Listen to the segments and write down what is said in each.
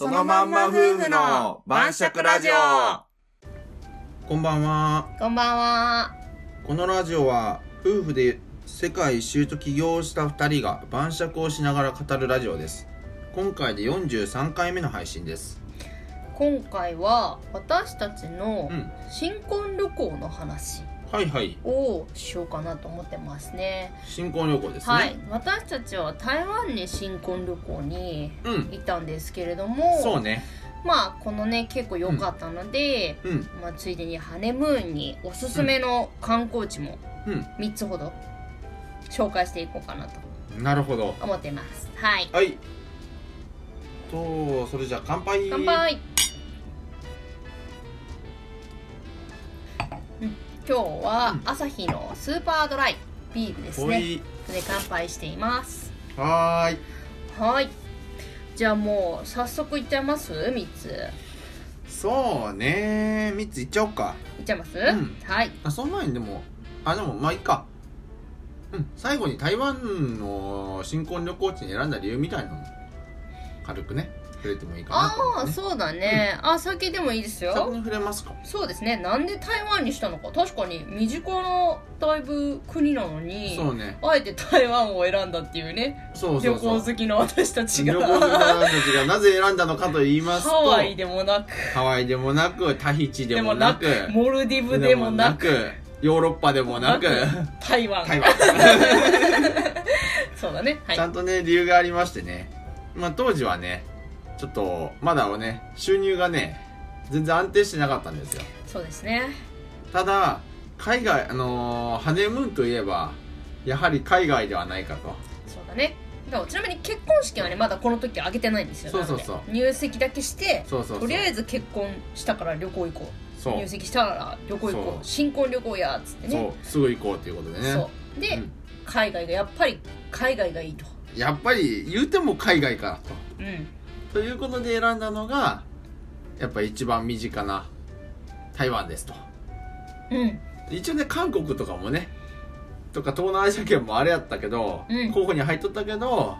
のまんま夫婦の晩酌ラジオこんばんは。こんばんは。このラジオは夫婦で世界一周と起業した2人が晩酌をしながら語るラジオです。今回で43回目の配信です。今回は私たちのうん。新婚旅行の話はいはい。をしようかなと思ってますね。新婚旅行ですね。はい、私たちは台湾に新婚旅行にうん。行ったんですけれども、そうね。まあこのね結構良かったので、うん。まあついでにハネムーンにおすすめの観光地もうん。 3つほど紹介していこうかなとなるほど。思ってます。はい、はい。と、それじゃあ乾杯。乾杯、うん今日は朝日のスーパードライビールですほねい。で乾杯していますはーい。はいじゃあもう早速いっちゃいます3つそうね。3ついっちゃおうか。いっちゃいます、んはいあその前にでもあでもまあいいかうん最後に台湾の新婚旅行地に選んだ理由みたいなの軽くね触れてもいいかなとあ思あって、ね、そうだね、あ先でもいいです先によ触れますかそうですねなんで台湾にしたのか確かに身近なだいぶ国なのにそうねあえて台湾を選んだっていうねそうそうそう旅行好きの私たちが旅行好きな私たちがなぜ選んだのかと言いますとハワイでもなくハワイでもなくタヒチでもなくモルディブでもなくでもなヨーロッパでもなく台湾台湾そうだねはちゃいんとね理由がありましてね、まあ、当時はねちょっとまだはね収入がね全然安定してなかったんですよそうですねただ海外あのーハネムーンといえばやはり海外ではないかとそうだねだからちなみに結婚式はねまだこの時挙げてないんですよそうそうそうなので入籍だけしてそうそうそうとりあえず結婚したから旅行行こそうう入籍したから旅行行そこうう新婚旅行やっつってねそうすぐ行こうということでねそうで、うん海外がやっぱり海外がいいとやっぱり言うても海外かうんとということで選んだのがやっぱ一番身近な台湾ですとうん一応ね韓国とかもねとか東南アジア圏もあれやったけど、うん候補に入っとったけど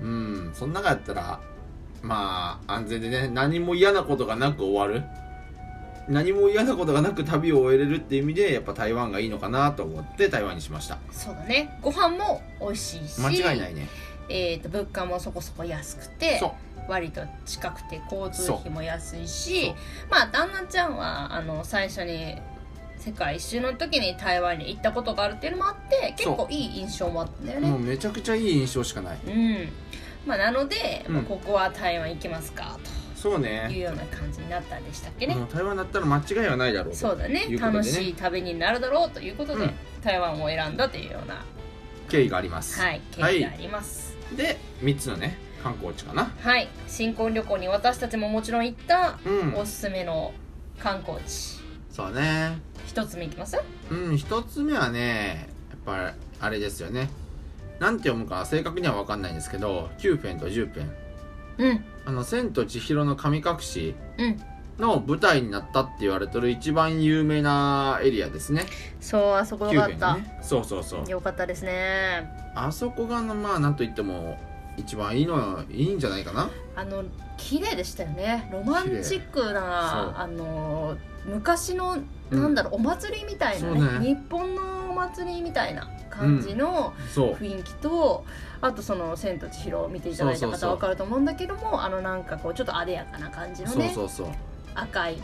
うんうんそん中やったらまあ安全でね何も嫌なことがなく終わる何も嫌なことがなく旅を終えれるっていう意味でやっぱ台湾がいいのかなと思って台湾にしましたそうだねご飯も美味しいし間違いないねえー、と物価もそこそこ安くてそう割と近くて交通費も安いそしうまあ旦那ちゃんはあの最初に世界一周の時に台湾に行ったことがあるっていうのもあって結構いい印象もあったんだよもうねめちゃくちゃいい印象しかないうんまあなので、うんまあここは台湾行きますかそうというねような感じになったんでしたっけねもう台湾だったら間違いはないだろうとそうだねいうことでね楽しい旅になるだろうということで、うん台湾を選んだというような、経緯があります、はい、経緯があります、で3つのね観光地かなはい新婚旅行に私たちももちろん行ったうんおすすめの観光地そうね一つ目いきますうん一つ目はねやっぱりあれですよねなんて読むか正確には分かんないんですけど9編と10編うんあの「千と千尋の神隠しうん」の舞台になったって言われてる一番有名なエリアですねそうあそこ9よかっ編た、がねそうそうそうよかったですねあそこがまあなんと言っても一番いいのいいんじゃないかなあの綺麗でしたよねロマンチックそうなあの昔のなんだろう、お祭りみたいな、ねそうね日本のお祭りみたいな感じのそう雰囲気と、あとその「千と千尋」を見ていただいたそうそうそ方うわかると思うんだけどもあのなんかこうちょっとあでやかな感じのねそうそうそう赤い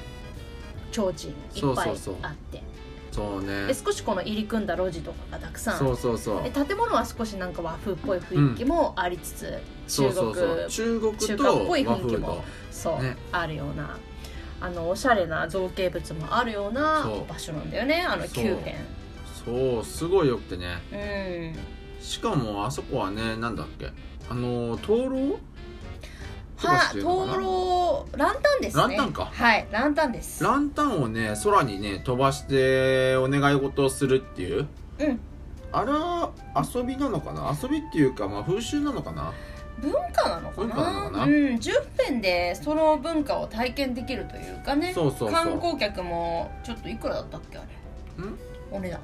提灯いっぱいあってそうそうそうそうねで少しこの入り組んだ路地とかがたくさんそうそうそうで建物は少しなんか和風っぽい雰囲気もありつつ、そう中そ国うそう中国中華っとぽい和雰囲気風もとそう、ねあるようなあのおしゃれな造形物もあるようなそう場所なんだよねあのそう9辺そうすごいよくてねうんしかもあそこはねなんだっけあの灯籠とかしてるのかはな灯籠ランタンですねランタンかはいランタンですランタンをね空にね飛ばしてお願い事をするっていううんあれは遊びなのかな遊びっていうか、まあ、風習なのかな文化なのかな文化なのかなうん、10辺でその文化を体験できるというかねそうそうそう観光客もちょっといくらだったっけあれんお値段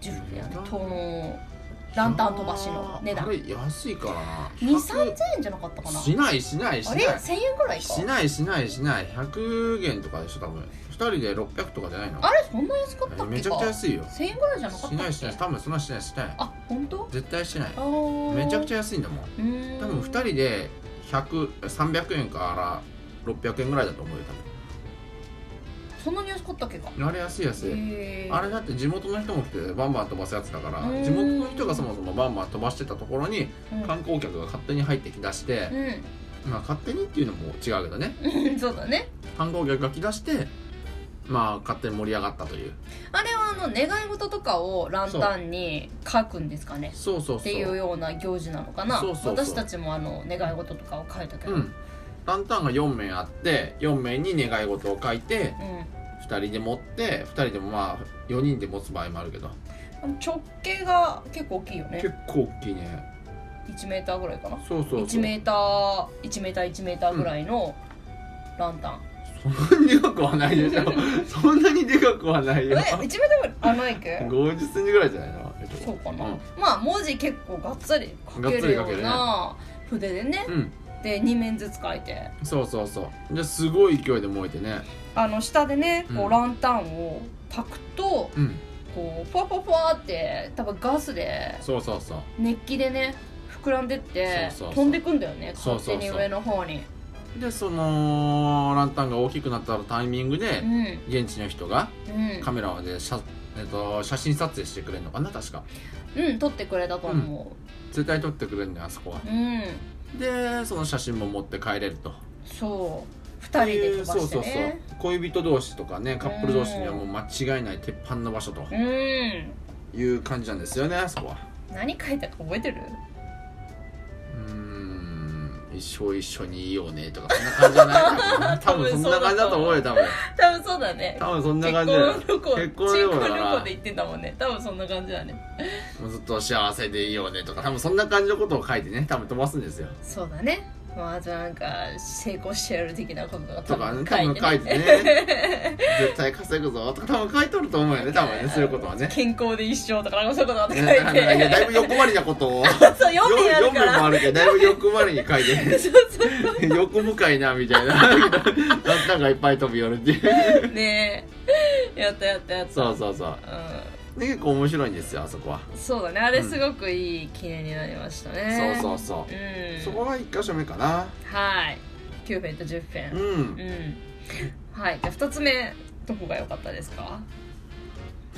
10辺やねお値段灯籠ランタン飛ばしの値段あれ安いからな2 3 0 0円じゃなかったかなしないしないしあなれい1000円ぐらいかしないしないしない100元とかでしょ多分2人で600とかじゃないのあれそんな安かったっけかめちゃくちゃ安いよ1000円ぐらいじゃなかったっしけないしない多分そんなしないしないあ本当絶対しないあーめちゃくちゃ安いんだもんうーん多分2人で100300円から600円ぐらいだと思うよそんなに安かったっけか多分あれ安い安い、へーあれだって地元の人も来てバンバン飛ばすやつだからうん地元の人がそもそもバンバン飛ばしてたところにうん観光客が勝手に入ってきだして、まあ勝手にっていうのも違うけどねうん そうだね観光客が来だしてまあ勝手に盛り上がったというあれはあの願い事とかをランタンに書くんですかねそうそうそうっていうような行事なのかなそうそうそう私たちもあの願い事とかを書いたけど、うんランタンが4面あって4面に願い事を書いて2人で持って2人でもまあ4人で持つ場合もあるけどうん直径が結構大きいよね結構大きいね1メーターぐらいかなそうそうそ1うメーター1メーター1メーターぐらいのランタン、そんなにでかくはない でしょそんなにでかくはないえよ1メーターぐらいあないっけ50センチぐらいじゃないのえっとそうかな、うんまあ文字結構がっつり書けるような筆でねうんで2面ずつ書いてそうそうそうですごい勢いで燃えてねあの下でねこうんうランタンを焚くとうんこうふわふわふわって多分ガスでそうそうそう熱気でね膨らんでってそうそうそう飛んでくんだよねそう勝そうそう手に上の方にでそのランタンが大きくなったタイミングでう、ん現地の人がうんカメラで写,、えっと写真撮影してくれるのかな確かうん撮ってくれたと思絶対撮ってくれるんだよあそこはううんでその写真も持って帰れるとそう2人で飛ばそうしてそうそうね恋人同士とかねカップル同士にはもう間違いない鉄板の場所とうんいう感じなんですよねあそこは何書いたか覚えてるうーん一生一緒にいようねとかそんな感じじゃ ない多分そんな感じだと思うよ多分多分そうだね多分そんな結感じ婚だよ旅行結婚旅行だ新な婚で行ってんだもんね多分そんな感じだねもうずっと幸せでいいよねとか多分そんな感じのことを書いてね多分飛ばすんですよそうだねまああとなんか成功してやる的なことがと多かね分多書い分て書ねいてね絶対稼ぐぞとか多分書いとると思うよね多分ねそういうことはね健康で一生とかなんかそういうことだって書いねなんかいやだいてぶ欲張りなことを そう読んでやる読かむもらあるけどだいぶ欲張りに書いてそうそう 横向かいなみたいななんかがいっぱい飛び寄るっていうそうねえやったやったやったそうそうそううで結構面白いんですよあそこは、んそうだねあれすごくいい記念になりましたねそうそうそうう、んそこが1箇所目かなはい9編と10編ううんん、はいじゃあ2つ目どこが良かったですか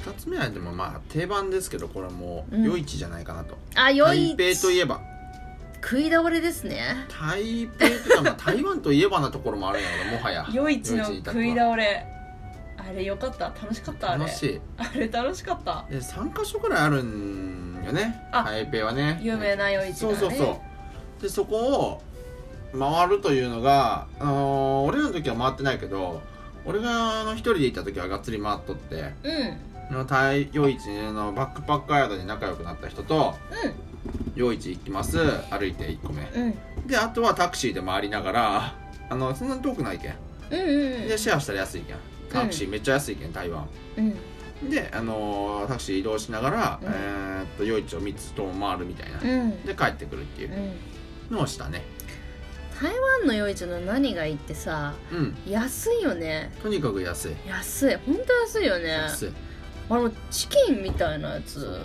2つ目はでもまあ定番ですけどこれもうん夜市じゃないかなと、あ良い台北といえば食い倒れですね台北というか、まあ、台湾といえばなところもあるんやけどもはや夜市のに至って食はい倒れあれ良かった楽しかったあれ楽しいあれ楽しかったで3か所ぐらいあるんよねあ台北はね有名な夜市がそうねそうそうでそこを回るというのが、あのー俺らの時は回ってないけど俺があの一人で行った時はがっつり回っとってうんうんあの台夜市のバックパックアヤードで仲良くなった人と夜市行きます歩いて1個目うんであとはタクシーで回りながらあのそんなに遠くないけんうんうんでシェアしたら安いけんタクシーめっちゃ安いけん台湾うんで、あのータクシー移動しながら、うんえーっと夜市を3つとも回るみたいな、うんで帰ってくるっていうのをしたね台湾の夜市の何がいいってさうん安いよねとにかく安い安い本当安いよね安いあのチキンみたいなやつ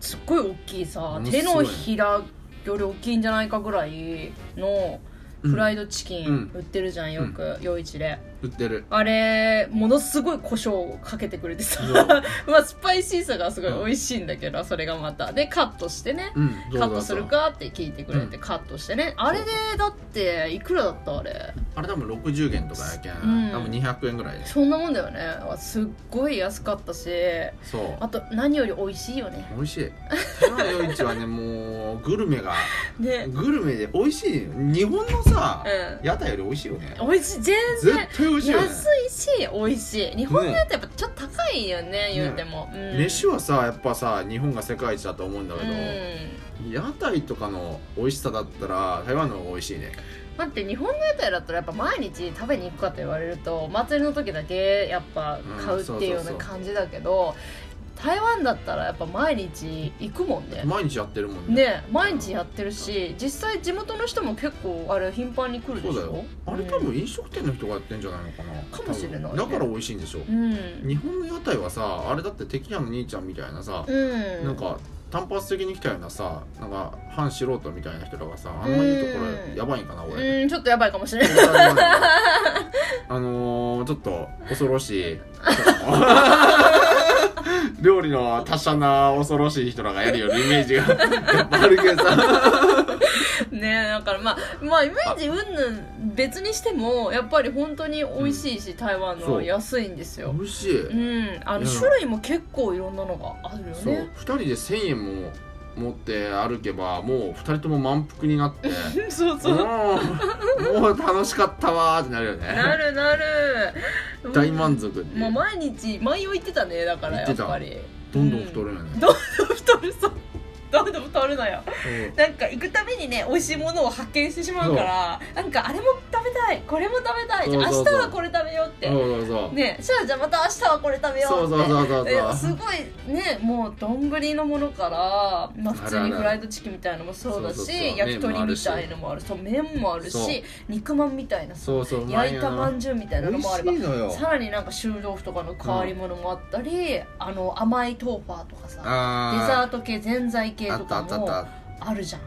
すっごい大きいさものすごい手のひらより大きいんじゃないかぐらいのフライドチキうんン売ってるじゃんよく夜市で売って るあれものすごい胡椒をかけてくれてさそう まあスパイシーさがすごい美味しいんだけどそれがまたでカットしてねうんどうぞカッどうぞトするかって聞いてくれてカットしてねあれでだっていくらだったあれあれ多分60元とかやけん、うん多分200円ぐらいでそんなもんだよねすっごい安かったしそうあと何より美味しいよね美味しい台湾の夜市はねもうグルメがねグルメで美味しい日本のさ、う屋台より美味しいよねん美味しい全絶然対美味しいよね安いし美味しい日本のやつやっぱちょっと高いよね言うても、うん、飯をはさやっぱさ日本が世界一だと思うんだうけんど、屋台とかの美味しさだったら台湾の方が美味しいね待って日本の屋台だったらやっぱ毎日食べに行くかと言われるとお祭りの時だけやっぱ買うっていうよううなんそうそうそう感じだけど、台湾だったらやっぱ毎日行くもんね毎日やってるもんねね毎日やってるし実際地元の人も結構あれ頻繁に来るでしょそうだよあれうん多分飲食店の人がやってんじゃないのかなかもしれないね多分だから美味しいんでしょうん、日本の屋台はさあれだって敵屋の兄ちゃんみたいなさ、うん、なんか単発的に来たようなさなんか反素人みたいな人らがさあんまいいとこうんろやばいんかな俺、うんちょっとやばいかもしれないあのー、ちょっと恐ろしい料理の達者な恐ろしい人らがやるようなイメージがやっぱあるけどさねだからまあまあイメージうんぬん別にしてもやっぱり本当に美味しいし、台湾のそはう安いんですよ美味しい、うんあのいや種類も結構いろんなのがあるよそうね2人で1000円も持って歩けばもう2人とも満腹になって そうもそううもう楽しかったわーってなるよ なねるなる大満足ってもう毎日毎夜行ってたねだから行やってったぱりどんどん太るよね、太るそうどうでも太るのよなんか行くたびにね美味しいものを発見してしまうからなんかあれも食べたいこれも食べたいじゃあそ明うそう日そうはこれ食べようってそうそうそう、ねじゃあじゃあまた明日はこれ食べよそううそうってそうそういやそすうごいねもう丼のものから、まあ、普通あらあにらフライドチキンみたいのもそうだしそうそうそう焼き鳥みたい麺のもあるしそう麺もあるそうし肉まんみたいなさそうそう焼いたまんじじゅうみたいなのもあれば美味しいのよさらになんか臭豆腐とかの変わり物もあったり、あの甘いトーファーとかさデザあート系ぜんざい系ーあとったあかったあったもあるじゃん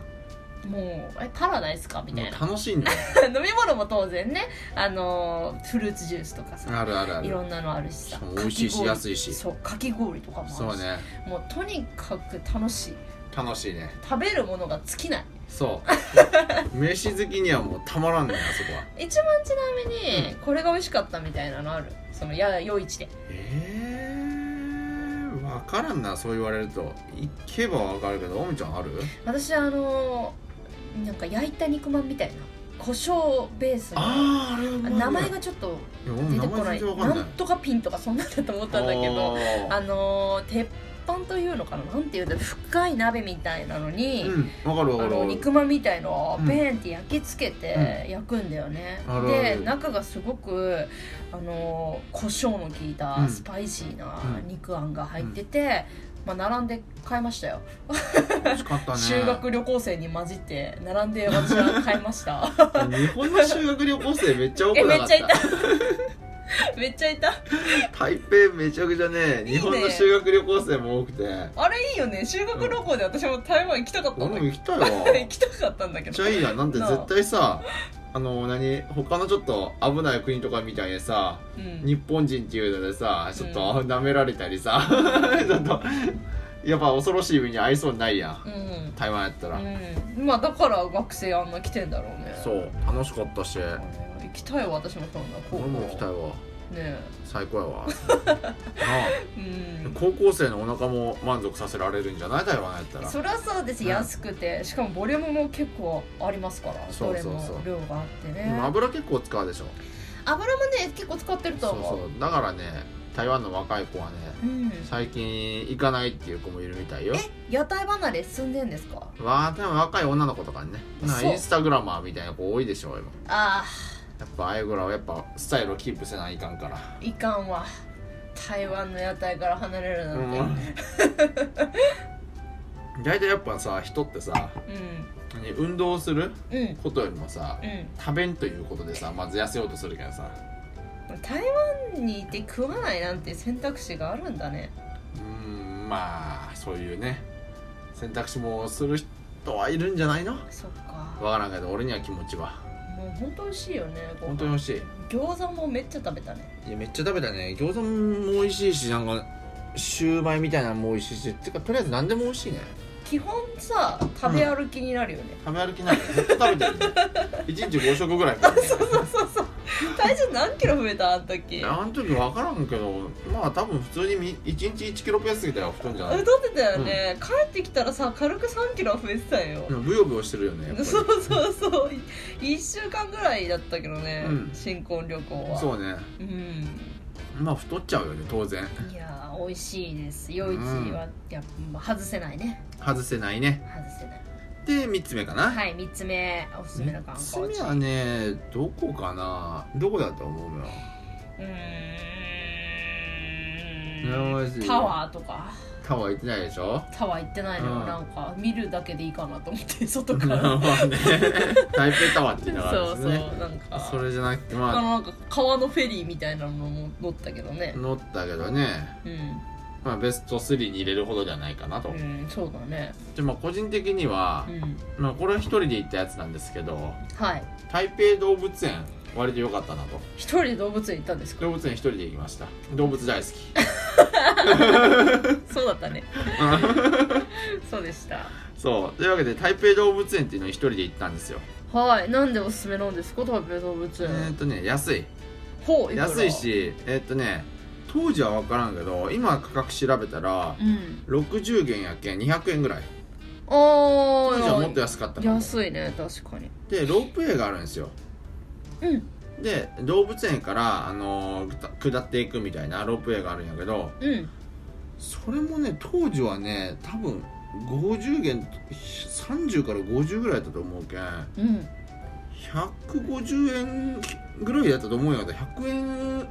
もうえパラダイスかみたいなもう楽しいんだよ飲み物も当然ねあのーフルーツジュースとかさあるあるあいろるんなのあるししさかも美味しいしかき氷安いしそうかき氷とかもあるしそうねもうとにかく楽しい楽しいね食べるものが尽きないそう 飯好きにはもうたまらんねあそこは一番ちなみにこれが美味しかったみたいなのあるそのや夜市でえー、分からんなそう言われると行けば分かるけどおみちゃんある私あのーなんか焼いた肉まんみたいな胡椒ベースのあああれは名前がちょっと出出てこないなんとかピンとかそんなんだと思ったんだけどあのー鉄板というのかななんていうんだろう深い鍋みたいなのに、うん分かる分かあるの分かる肉まんみたいのをうんベーンって焼き付けて焼くんだよね、あるあるで中がすごくあのー胡椒の効いうたんスパイシーなうん肉あんが入ってて、まあ、並んで買いましたよ、美味しかったね修学旅行生に混じって並んで私は買いました 日本の修学旅行生めっちゃ多 えくめなかっっちゃいたためっちゃいた台北めちゃくちゃね日本の修学旅行生も多くてあれいいよね修学旅行で私も台湾行きたかったんだ俺けもど行きたいわ 行めっきたかったんだけどちゃいいやんなんてなあ絶対さあの何他のちょっと危ない国とかみたいにさうん日本人っていうのでさちょっとう舐められたりさ、 ちょっとやっぱ恐ろしい目に合いそうにないやんうん台湾やったら、うん、まあだから学生あんな来てんだろうねそう楽しかったしあの行きたいわ私もそんな高校俺も行きたいねわえ最高やわ なうあん高校生のお腹も満足させられるんじゃない台湾やったらそりゃそうです、うん安くてしかもボリュームも結構ありますからそうそうそうどれも量があってでもね油結構使うでしょ油もね結構使ってるそとう思うそうだからね台湾の若い子はねうん、最近行かないっていう子もいるみたいよえ屋台離れ進んでんですかわあ多分若い女の子とかにねなんかそうインスタグラマーみたいな子多いでしょ今あやっぱああいうぐらいはやっぱスタイルをキープせないかんからあいかんわ台湾の屋台から離れるなんてうん大体やっぱさ人ってさ何運動するうんうんことよりもさうん食べんということでさまず痩せようとするけどさ台湾にいて食わないなんて選択肢があるんだねうーんまあそういうね選択肢もする人はいるんじゃないのそっかわからんけど俺には気持ちはもう本当美味しいよねご飯本当に美味しい餃子もめっちゃ食べたねいやめっちゃ食べたね餃子も美味しいしなんかシューマイみたいなのも美味しいしてかとりあえず何でも美味しいね基本さ食べ歩きになるよね、食べ歩きないでずっと食べてるね一日5食ぐらい食べてるね体重何キロ増えたあん時いやあの時分からんけどまあ多分普通にみ1日1キロペースでは太んじゃない太ってたよね、帰ってきたらさ軽く3キロ増えてたよ、ブヨブヨしてるよねやっぱりそうそうそう1週間ぐらいだったけどね、うん新婚旅行はう、そうねん、まあ太っちゃうよね当然いやー美味しいです夜市はやっぱ外せないね外せないね外せなでい3つ目かな、はい3つ目おすすめの観3つ光目地はねどこかなどこだと思うのようーん羨ましいタワーとかタワー行ってないでし ょタワー行ってないのよ、うんなんか見るだけでいいかなと思って外かまらあね台北タワーっていうのがあるそんうでそすうねなんかそれじゃなくてあのまなんか川のフェリーみたいなのも乗ったけどあね乗ったけどね、うん、まあ、ベスト3に入れるほどじゃないかなと、うん、そうだねでまあ個人的にはう、んまあ、これは一人で行ったやつなんですけどはい台北動物園割と良かったなと一人で動物園行ったんです か動物園一人で行きました動物 大好きそうだったね そうでしたそうというわけで台北動物園っていうのを一人で行ったんですよはいなんでおすすめなんですか台北動物え園、ーっとね安いほういくら安いしえーっとね当時は分からんけど今価格調べたらうん60元やけん200円ぐらいあ当ー時はもっと安かったかも安いね確かにでロープウェイがあるんですようんで動物園から、あのー下下っていくみたいなロープウェイがあるんやけどうんそれもね当時はね多分50元30から50ぐらいだったと思うけんうん150円ぐらいやったと思うんやけど100円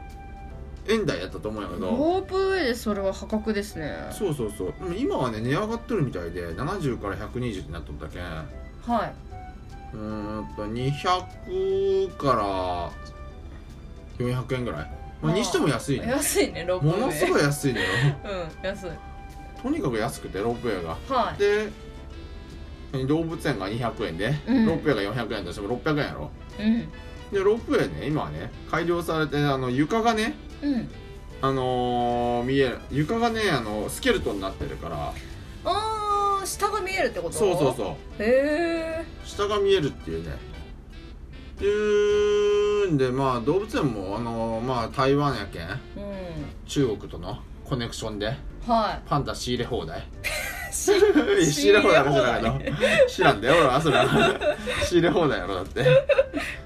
円台やったと思うんやけどロープウェイでそれは破格ですねそうそうそうでも今はね値上がっとるみたいで70から120ってなっとったけんうはいーんと200から400円ぐらい、まあ、ああにしても安いね安いねロープウェもイのすごい安いのようん安いとにかく安くてロープウェイがはいで動物園が200円で、うんロープウェイが400円としても600円やろうんでロープウェイね今はね改良されてあの床がねうんあのー、見える床がねあのスケルトンになってるからあー下が見えるってことそうそうそううへえ下が見えるっていうねっていうんでまあ動物園もあのーまあ台湾やけんうん中国とのコネクションで はパンダ仕入れ放題いし仕入れ放題か 知らんけど知らんだよ俺はそれは仕入れ放題やろだって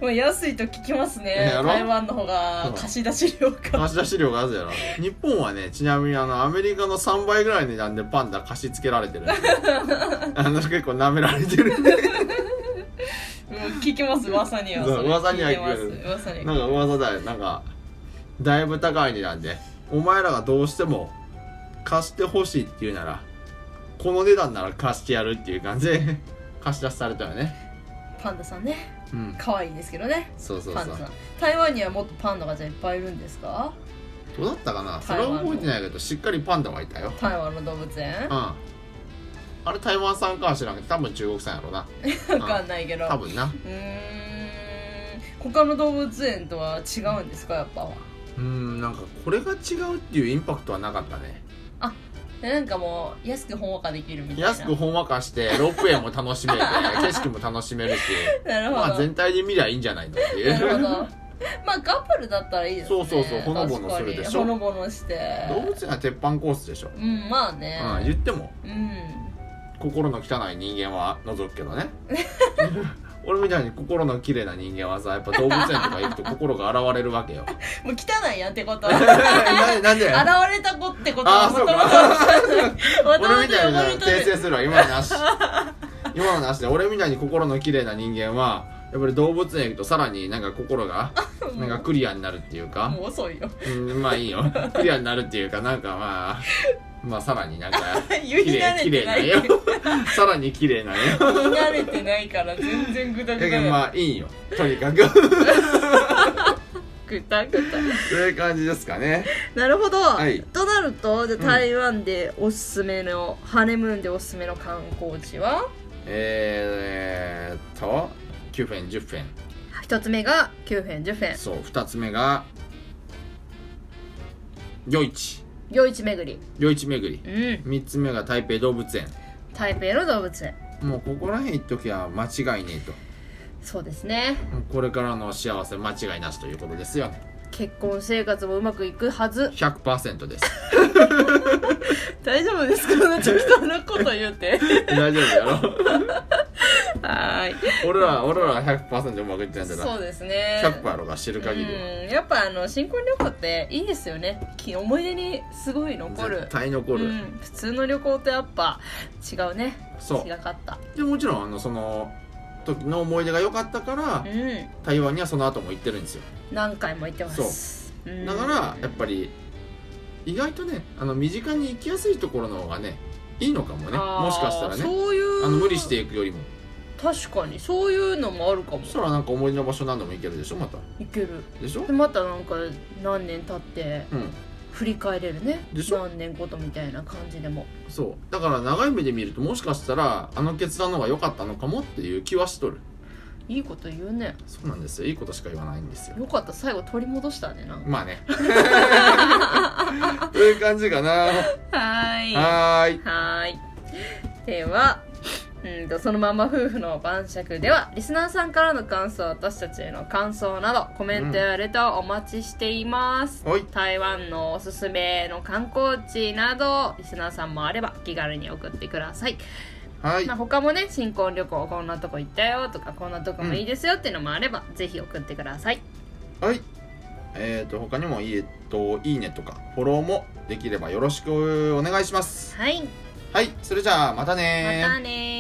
もう安いと聞きますねやろ台湾の方が貸し出し料が貸し出し料があるやろ日本はねちなみにあのアメリカの3倍ぐらいの値段でパンダ貸し付けられてるあの結構舐められてるもう聞きます噂にはそうそれ噂には聞いてま聞くす噂になんか噂だよなんかだいぶ高い値段でお前らがどうしても貸してほしいっていうならこの値段なら貸してやるっていう感じで貸し出しされたよねパンダさんねうん可愛いですけどねそうそうそパうンダさん台湾にはもっとパンダがじゃあいっぱいいるんですかどうだったかなそれは覚えてないけどしっかりパンダはいたよ台湾の動物園うんあれ台湾産かは知らんけど多分中国産やろうな わかんないけど多分なうーん他の動物園とは違うんですかやっぱうんなんかこれが違うっていうインパクトはなかったねでなんかもう安くほんわかできるみたいな安くほんわかしてロープウェイも楽 しめて景色も楽しめるしなるほど、まあ全体で見りゃいいんじゃないのっていなるほどうまあカップルだったらいいですねそうそうそうほのぼのするでしょ確かにほのぼのして動物園は鉄板コースでしょ、うんまあねうん、言ってもうん心の汚い人間は除くけどね 俺みたいに心の綺麗な人間はさやっぱ動物園とか行くと心が洗われるわけ よもう汚いやんってこ となんでなんで現れた子ってことあはあもそうともとか元々 俺みたいな元々訂正するわ今のな し今のなしで俺みたいに心の綺麗な人間はやっぱり動物園行くとさらになんか心 がなんかクリアになるっていうかもう遅いようんまあい いよクリアになるっていうかなんかまあまあさらになんか 言い綺慣麗れ綺て麗なないよ さらに綺麗なよ 言い慣れてないから全然グだダグダけど やまあいいよとにか くグダグダそういう感じですかねなるほど、いとなるとじゃあうん台湾でおすすめの、ハネムーンでおすすめの観光地はえー、っと9フェン10フェン一つ目がキューフェンジュフェンそう2つ目が夜市夜市巡夜市巡りりうん3つ目が台北動物園台北の動物園もうここら辺行っときゃ間違いねえとそうですねこれからの幸せ間違いなしということですよね結婚生活もうまくいくはず100%です 大丈夫ですかなんか適当なこと言うて大丈夫やろ はーい俺ら俺ら100%うまくいってないんだそなうですね100%やろが知る限りはうんやっぱあの新婚旅行っていいですよねき思い出にすごい残る絶対残る、うん、普通の旅行とやっぱ違うねそ違かったうでもちろんあのその時の思い出が良かったからうん台湾にはその後も行ってるんですよ何回も行ってますうだからやっぱり意外とねあの身近に行きやすいところの方がねいいのかもねあーもしかしたらねそういうあの無理していくよりも確かにそういうのもあるかもそしたらなんか思い出の場所何度も行けるでしょまたいけるでしょでまたなんか何年経ってうん振り返れるねでしょ何年ごとみたいな感じでもそうだから長い目で見るともしかしたらあの決断の方が良かったのかもっていう気はしとるいいこと言うねそうなんですよいいことしか言わないんですよよかった最後取り戻したねなんかまあ ねという感じかなはーいはーいはーい。では、うんと、そのまま夫婦の晩酌では、リスナーさんからの感想、私たちへの感想など、コメントやレターをお待ちしています。はい台湾のおすすめの観光地など、リスナーさんもあれば気軽に送ってください。はいまあ、他もね、新婚旅行、こんなとこ行ったよとか、こんなとこもいいですよっていうのもあれば、ぜひ送ってください。はい。えっ、と、他にも、いいえっと、いいねとか、フォローもできればよろしくお願いします。はい。はい、それじゃあ、またまねたねー。